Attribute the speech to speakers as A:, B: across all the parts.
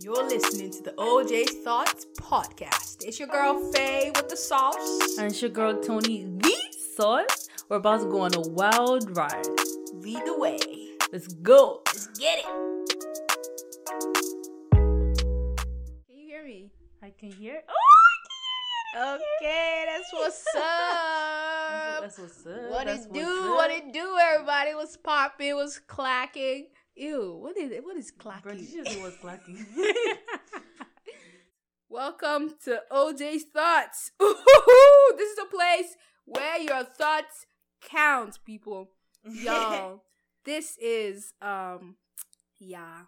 A: You're listening to the OJ's Thoughts podcast. It's your girl Faye with the sauce.
B: And it's your girl Tony the Sauce. We're about to go on a wild ride.
A: Lead the way.
B: Let's go.
A: Let's get it. Can you hear me?
B: I can hear. Oh,
A: Okay, that's what's
B: I
A: up.
B: can hear. That's what's up.
A: What
B: That's
A: it
B: what's
A: do?
B: up.
A: What it do? Everybody was popping, was clacking. Ew, what is it? What is
B: Bro, did
A: clacking?
B: you just say what's clacking?
A: Welcome to OJ's Thoughts. Ooh, this is a place where your thoughts count, people. Y'all, this is um yeah.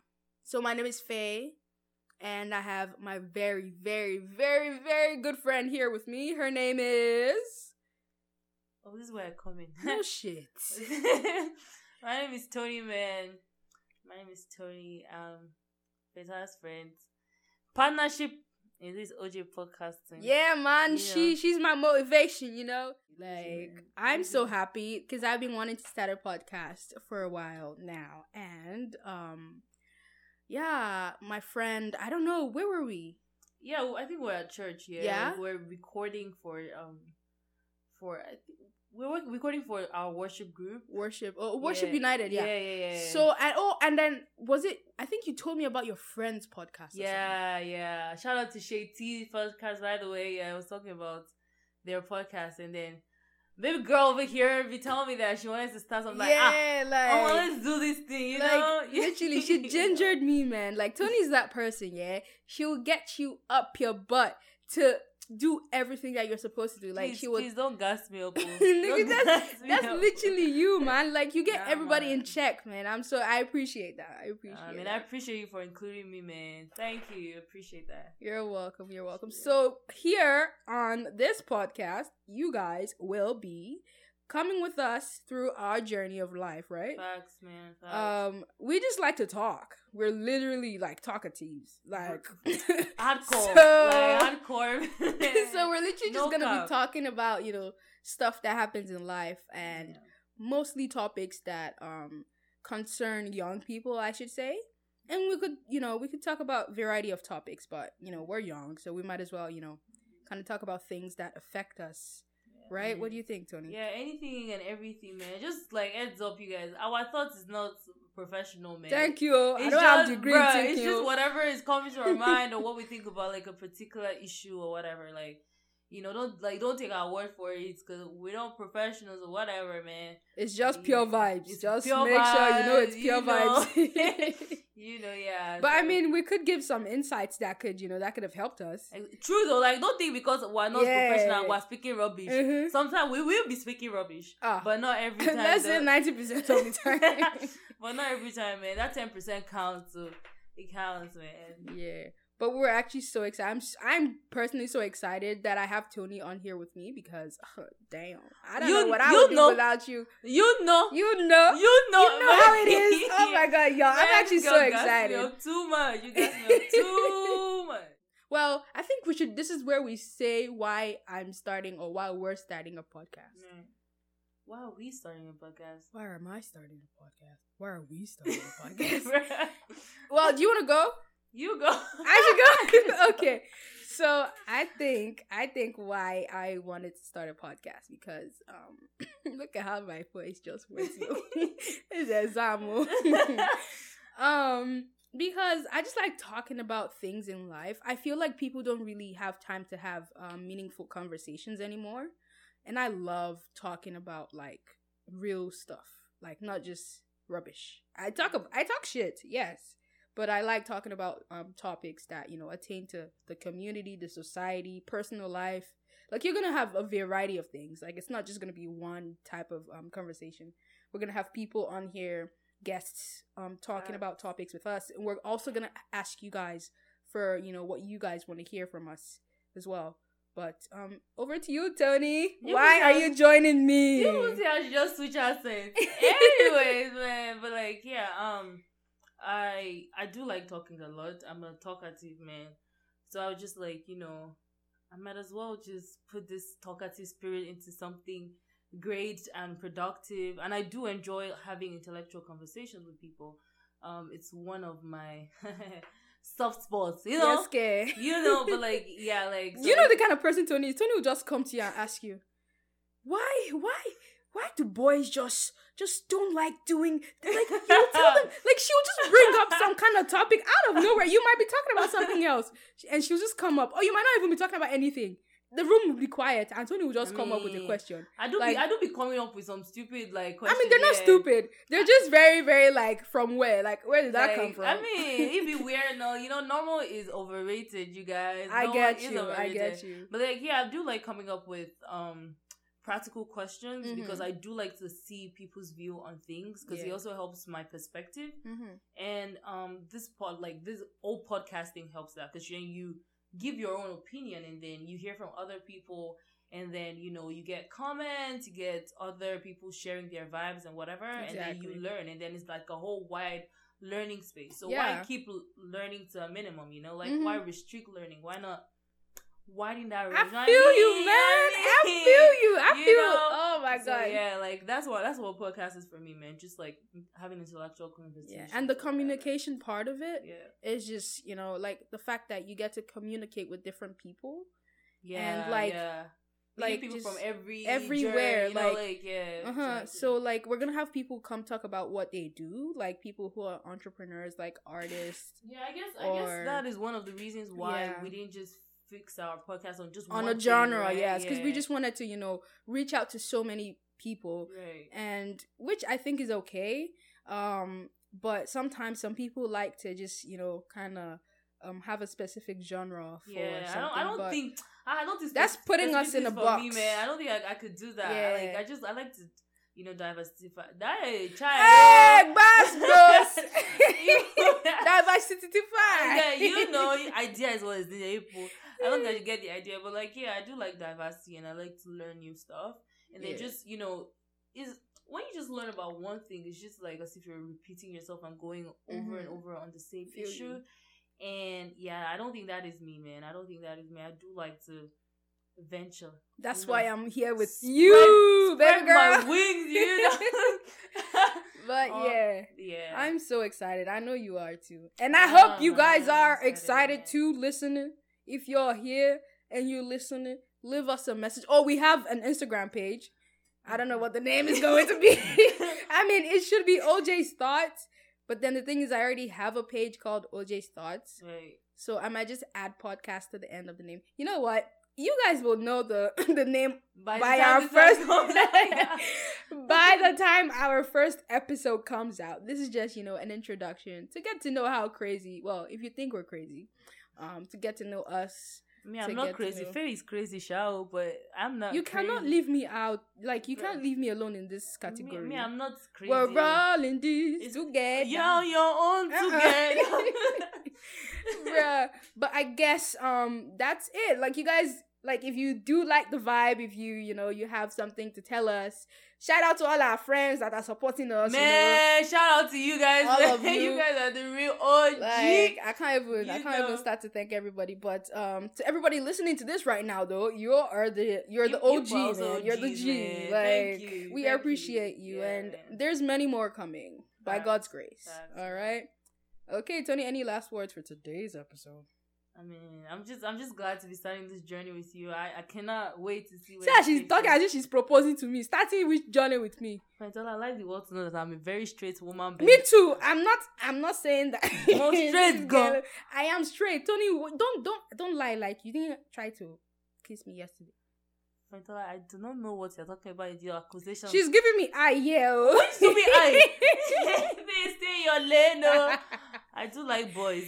A: So my name is Faye and I have my very very very very good friend here with me. Her name is
B: oh, this is where I come
A: No
B: in.
A: shit.
B: My name is Tony, man. My name is Tony. Um, best friends. Partnership in this OJ podcasting.
A: Yeah, man, she
B: Yeah.
A: she's my motivation, you know.
B: man.
A: Like I'm so happy because I've been wanting to start a podcast for a while now, and um, yeah, my friend, I don't know where were we?
B: Yeah, well, I think we're at church. Yeah,
A: Yeah?
B: we're recording for um, for I think we're work- recording for our worship group.
A: Worship, oh, Worship
B: Yeah.
A: United, yeah.
B: yeah, yeah. yeah.
A: So and oh, and then was it? I think you told me about your friend's podcast. or
B: yeah, yeah. Shout out to Shay T podcast by the way. Yeah, I was talking about their podcast, and then baby girl over here be telling me that she wanted to start
A: something.
B: something. Like,
A: yeah,
B: ah,
A: like.
B: oh, let's do this thing. You
A: like
B: know,
A: literally, she gingered me, man. Like Tony's that person, yeah. She'll get you up your butt to do everything that you're supposed to do. Like
B: please,
A: she was
B: please don't gas me up. oh.
A: Nigga,
B: Don't gas me
A: That's
B: up.
A: literally you, man. Like you get
B: Nah,
A: everybody in
B: man.
A: check, man. I'm so I appreciate that. I appreciate
B: I mean, Um, I
A: that.
B: appreciate you for including me, man. Thank you. Appreciate that.
A: You're welcome. You're welcome. So here on this podcast, you guys will be coming with us through our journey of life, right?
B: Facts, man. Facts.
A: Um, we just like to talk. We're literally like talkatives, like.
B: hardcore.
A: so-
B: like, hardcore.
A: so we're literally just
B: No
A: gonna be
B: cap.
A: talking about you know stuff that happens in life and mostly topics that um concern young people, I should say. And we could, you know, we could talk about variety of topics, but you know, we're young, so we might as well, you know, kind of talk about things that affect us, right? What do you think, Tony?
B: Yeah, anything and everything, man. Just like heads up, you guys. Our thoughts is not professional, man.
A: Thank you. I
B: It's
A: don't have
B: just,
A: degree.
B: bruh,
A: thank
B: it's
A: you.
B: just whatever is coming to our mind or what we think about like a particular issue or whatever. Like, you know, don't like don't take our word for it because we're not professionals or whatever, man.
A: it's just pure
B: Yeah.
A: vibes.
B: It's
A: just
B: pure
A: make sure you know it's
B: vibes,
A: pure
B: you know.
A: vibes.
B: You know, yeah.
A: but I
B: so-
A: mean, we could give some insights that could, you know, that could have helped us.
B: Like, True though, like don't think because we're not
A: Yeah.
B: professional, we're speaking rubbish.
A: Mhm.
B: Sometimes we will be speaking rubbish,
A: Ah,
B: but not every time.
A: let's say
B: though.
A: ninety percent of the time.
B: but not every time, man. That ten percent counts too. It counts, man.
A: Yeah. But we're actually so excited. I'm, s- I'm personally so excited that I have Tony on here with me because, damn, I don't
B: You-
A: know what I
B: you
A: would
B: know.
A: do without you.
B: You know,
A: You know, you
B: you
A: know,
B: know,
A: how
B: man.
A: it is. Oh my god, y'all!
B: Man,
A: I'm actually
B: you
A: so
B: got- gas me
A: excited.
B: up Too much. You got me up too much.
A: Well, I think we should. This is where we say why I'm starting or why we're starting a podcast.
B: Man. Why are we starting a podcast?
A: Why am I starting a podcast? Why are we starting a podcast?
B: Bruh.
A: well, do you want to go?
B: you go.
A: I should go. okay. So I think I think why I wanted to start a podcast because um look at how my voice just went. yo. it's a Zamo. um because I just like talking about things in life. I feel like people don't really have time to have um, meaningful conversations anymore. And I love talking about like real stuff, like not just rubbish. I talk ab- I talk shit, yes, but I like talking about um topics that you know attain to the community, the society, personal life. Like you're gonna have a variety of things. Like it's not just gonna be one type of um conversation. We're gonna have people on here, guests, um talking
B: Facts.
A: about topics with us, and we're also gonna ask you guys for you know what you guys want to hear from us as well. But um, over to you, Tony.
B: You
A: Why
B: can
A: are
B: have-
A: you joining me?
B: You will see how she just switch accents. Anyways, man, but like, yeah, um, I I do like talking a lot. I'm a talkative man, so I was just like, you know, I might as well just put this talkative spirit into something great and productive. And I do enjoy having intellectual conversations with people. Um, it's one of my soft spots, you
A: You're
B: know.
A: scared.
B: You know, but like yeah, like so
A: you know
B: like-
A: the kind of person Tony is. Tony will just come to you and ask you, why, why, why do boys just just don't like doing like you tell them like she will just bring up some kind of topic out of nowhere. You might be talking about something else, and she'll just come up, or you might not even be talking about anything. The room will be quiet, and Tony will just
B: I
A: come up with a
B: mean,
A: question.
B: I do
A: like-
B: be I do be coming up with some stupid like
A: I
B: questions.
A: mean, they're not stupid. They're just very, very like from where? Like where did that come from?
B: I mean, it'd be weird. No, you know, normal is overrated, you guys.
A: I
B: Normal
A: get
B: is
A: you. I
B: overrated.
A: get you.
B: But like, yeah, I do like coming up with um practical questions because
A: Mhm.
B: I do like to see people's view on things because it
A: Yeah.
B: also helps my perspective.
A: Mhm.
B: And um, this pod, like this old podcasting, helps that because you you give your own opinion and then you hear from other people. And then you know you get comments, you get other people sharing their vibes and whatever, and then
A: Exactly.
B: you learn, and then it's like a whole wide learning space. So
A: Yeah.
B: why keep l- learning to a minimum? You know, like
A: Mhm.
B: why restrict learning? Why not widen
A: I
B: that range? know what
A: feel you,
B: mean?
A: man. I
B: mean?
A: feel you. I
B: You
A: feel.
B: know?
A: Oh my
B: So,
A: god.
B: yeah, like that's what that's what podcast is for me, man. Just like having intellectual conversation.
A: Yeah, and the communication part of it
B: uh, Yeah.
A: is just you know like the fact that you get to communicate with different people.
B: Yeah.
A: like-
B: yeah.
A: like,
B: like people
A: just
B: from every
A: everywhere,
B: journey, you know,
A: like-
B: like, yeah.
A: Uh huh.
B: exactly.
A: So like we're gonna have people come talk about what they do, like people who are entrepreneurs, like artists,
B: yeah, I guess I
A: or-
B: guess that is one of the reasons why
A: Yeah.
B: we didn't just fix our podcast on just
A: on
B: one
A: a
B: thing,
A: genre.
B: right?
A: yes, because we
B: Yeah.
A: just wanted to you know reach out to so many people,
B: right.
A: and which I think is okay. Um, but sometimes some people like to just you know kind of um have a specific genre for
B: yeah,
A: something.
B: I don't. I don't
A: but-
B: think. I I don't think
A: That's
B: spec-
A: putting us in a
B: specificity for me,
A: box.
B: man. I don't think I, I could do that.
A: Yeah.
B: Like I just I like to, you know, diversify. Hey, child.
A: Hey, boss, bros. Diversity to five.
B: yeah, you know, idea is what is the April. I don't think I get the idea, but like, yeah, I do like diversity and I like to learn new stuff. And then
A: Yeah.
B: just, you know, is when you just learn about one thing, it's just like as if you're repeating yourself and going over and
A: Mhm.
B: over on the same
A: Feel you.
B: issue. And yeah, I don't think that is me, man. I don't think that is me. I do like to venture.
A: That's
B: No.
A: why I'm here with
B: Spread-
A: you,
B: Spread
A: baby girl.
B: my wings, you know.
A: But
B: Oh,
A: yeah,
B: yeah.
A: I'm so excited. I know you are too. And I
B: Oh,
A: hope you
B: man,
A: guys
B: I'm
A: are
B: excited,
A: excited
B: man.
A: too, listening. If you're here and you're listening, leave us a message. Oh, we have an Instagram page. I don't know what the name is going to be. I mean, it should be OJ's Thoughts. But then the thing is, I already have a page called OJ's Thoughts.
B: Right.
A: So I might just add podcast to the end of the name. You know what? You guys will know the the name
B: By, the
A: by
B: time
A: our
B: this
A: first
B: comes out-
A: by the time our first episode comes out. This is just, you know, an introduction to get to know how crazy, well, if you think we're crazy, um to get to know us.
B: I mean,
A: to
B: I'm
A: get
B: not
A: to
B: crazy.
A: know.
B: Faye is crazy, Shao, but I'm not.
A: You cannot
B: crazy.
A: leave me out. Like you can't
B: Bruh.
A: leave me alone in this category.
B: Me, me, I'm not crazy.
A: we're all in this
B: It's-
A: together.
B: You're on your own
A: Uh-uh.
B: together.
A: Bruh. But I guess um that's it. Like you guys like if you do like the vibe, if you you know you have something to tell us, shout out to all our friends that are supporting us.
B: Man, shout out to you guys.
A: All of
B: you
A: you.
B: guys are the real
A: You
B: OG.
A: know? Like I can't even I
B: You
A: can't even
B: know.
A: start to thank everybody, but um to everybody listening to this right now though, you are the you're
B: You-
A: the
B: you
A: OG
B: balls
A: man,
B: OGs,
A: you're the G.
B: man.
A: Like
B: Thank you,
A: we
B: thank you.
A: appreciate you,
B: Yeah,
A: and
B: man.
A: there's many more coming by
B: Facts,
A: God's grace.
B: facts.
A: All right, okay, Tony. Any last words for today's episode?
B: I mean, I'm just, I'm just glad to be starting this journey with you. I, I cannot wait to see. where
A: See how
B: it
A: she's
B: takes
A: talking
B: us.
A: as if she's proposing to me, starting with journey with me.
B: Friends, all I like the world to know that I'm a very straight woman.
A: Me
B: babe.
A: too. I'm not. I'm not saying that.
B: Oh, straight girl.
A: I am straight. Tony, w- don't don't don't lie. Like you didn't try to kiss me yesterday.
B: Friends, all I I do not know what you're talking about. Your accusation.
A: She's giving me eye. Yeah. oh.
B: to be I. they stay in your lane. oh. I do like boys,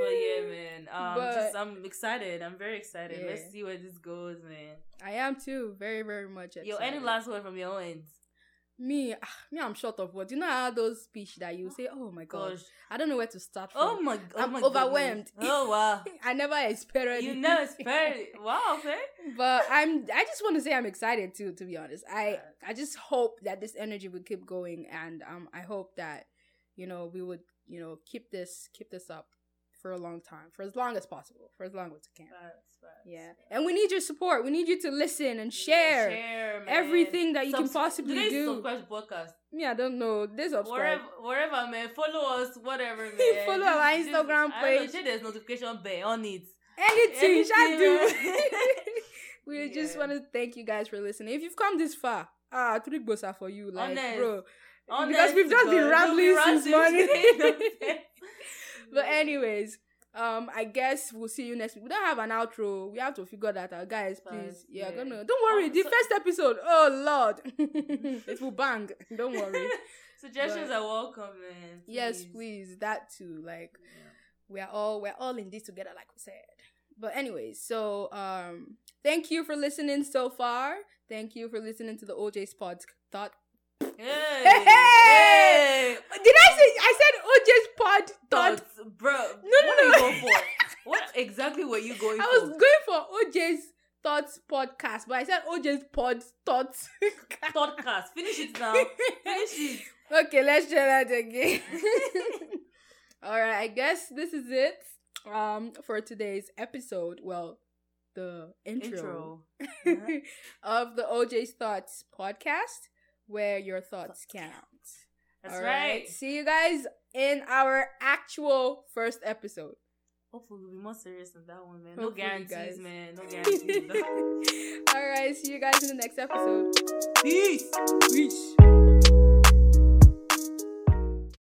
B: but yeah, man. Um,
A: But-
B: just I'm excited. I'm very excited.
A: Yeah.
B: Let's see where this goes, man.
A: I am too. Very very much.
B: Yo, any
A: excited.
B: last word from your end?
A: Me, ah, me, I'm short of words. You know how those speech that you say, oh my gosh,
B: Gosh,
A: I don't know where to start
B: oh
A: from.
B: my, oh
A: I'm
B: my
A: overwhelmed.
B: goodness. Oh wow,
A: I never expected.
B: you
A: it.
B: never expected. it. Wow, okay.
A: but I'm. I just want to say I'm excited too. To be honest, I I just hope that this energy will keep going, and um, I hope that you know we would you know keep this keep this up for a long time, for as long as possible, for as long as we can.
B: Facts, facts.
A: Yeah, and we need your support. We need you to listen and share,
B: Share, man.
A: everything that you can
B: Subs-
A: possibly
B: Today's
A: do.
B: Subscribe podcast.
A: yeah, I don't know. This subscribe.
B: Wherever, wherever, man. Follow us, whatever, man.
A: Follow our Instagram
B: I don't know,
A: page.
B: shit, there's notification bell on it.
A: Anything, I do.
B: Anything,
A: we
B: Yeah.
A: just want to thank you guys for listening. If you've come this far, ah, three bosa for you, like
B: Honest.
A: bro.
B: Honest
A: Because we've
B: to
A: just
B: God,
A: been
B: we've
A: rambling since morning. but
B: Yeah.
A: anyways, um, I guess we'll see you next week. We don't have an outro. We have to figure that out, guys. Please,
B: Guys,
A: yeah,
B: yeah.
A: gonna. Don't worry.
B: Um,
A: the
B: so-
A: first episode. Oh Lord, it will bang. Don't worry.
B: Suggestions
A: But-
B: are welcome, man.
A: yes, please. That too. Like we are all we're all in this together, like we said. But anyways, so um, thank you for listening so far. Thank you for listening to the OJ Pods thought.
B: Hey,
A: Hey! Did I say I said OJ's Pod thought?
B: Thoughts, bro.
A: no,
B: what
A: no.
B: are you going for? What exactly were you going
A: I
B: for?
A: was going for OJ's thoughts podcast, but I said OJ's pod thoughts.
B: Podcast. Finish it now. Finish it.
A: okay, let's try that again. All right, I guess this is it um for today's episode. Well, the intro,
B: Intro. Uh-huh.
A: of the OJ's thoughts podcast, where your thoughts count.
B: That's
A: All
B: right.
A: See you guys in our actual first episode.
B: Hopefully we'll be more serious than that one, man.
A: Hopefully,
B: no guarantees,
A: guys.
B: man. No
A: All
B: guarantees.
A: right, see you guys in the next episode.
B: Peace.
A: Peace.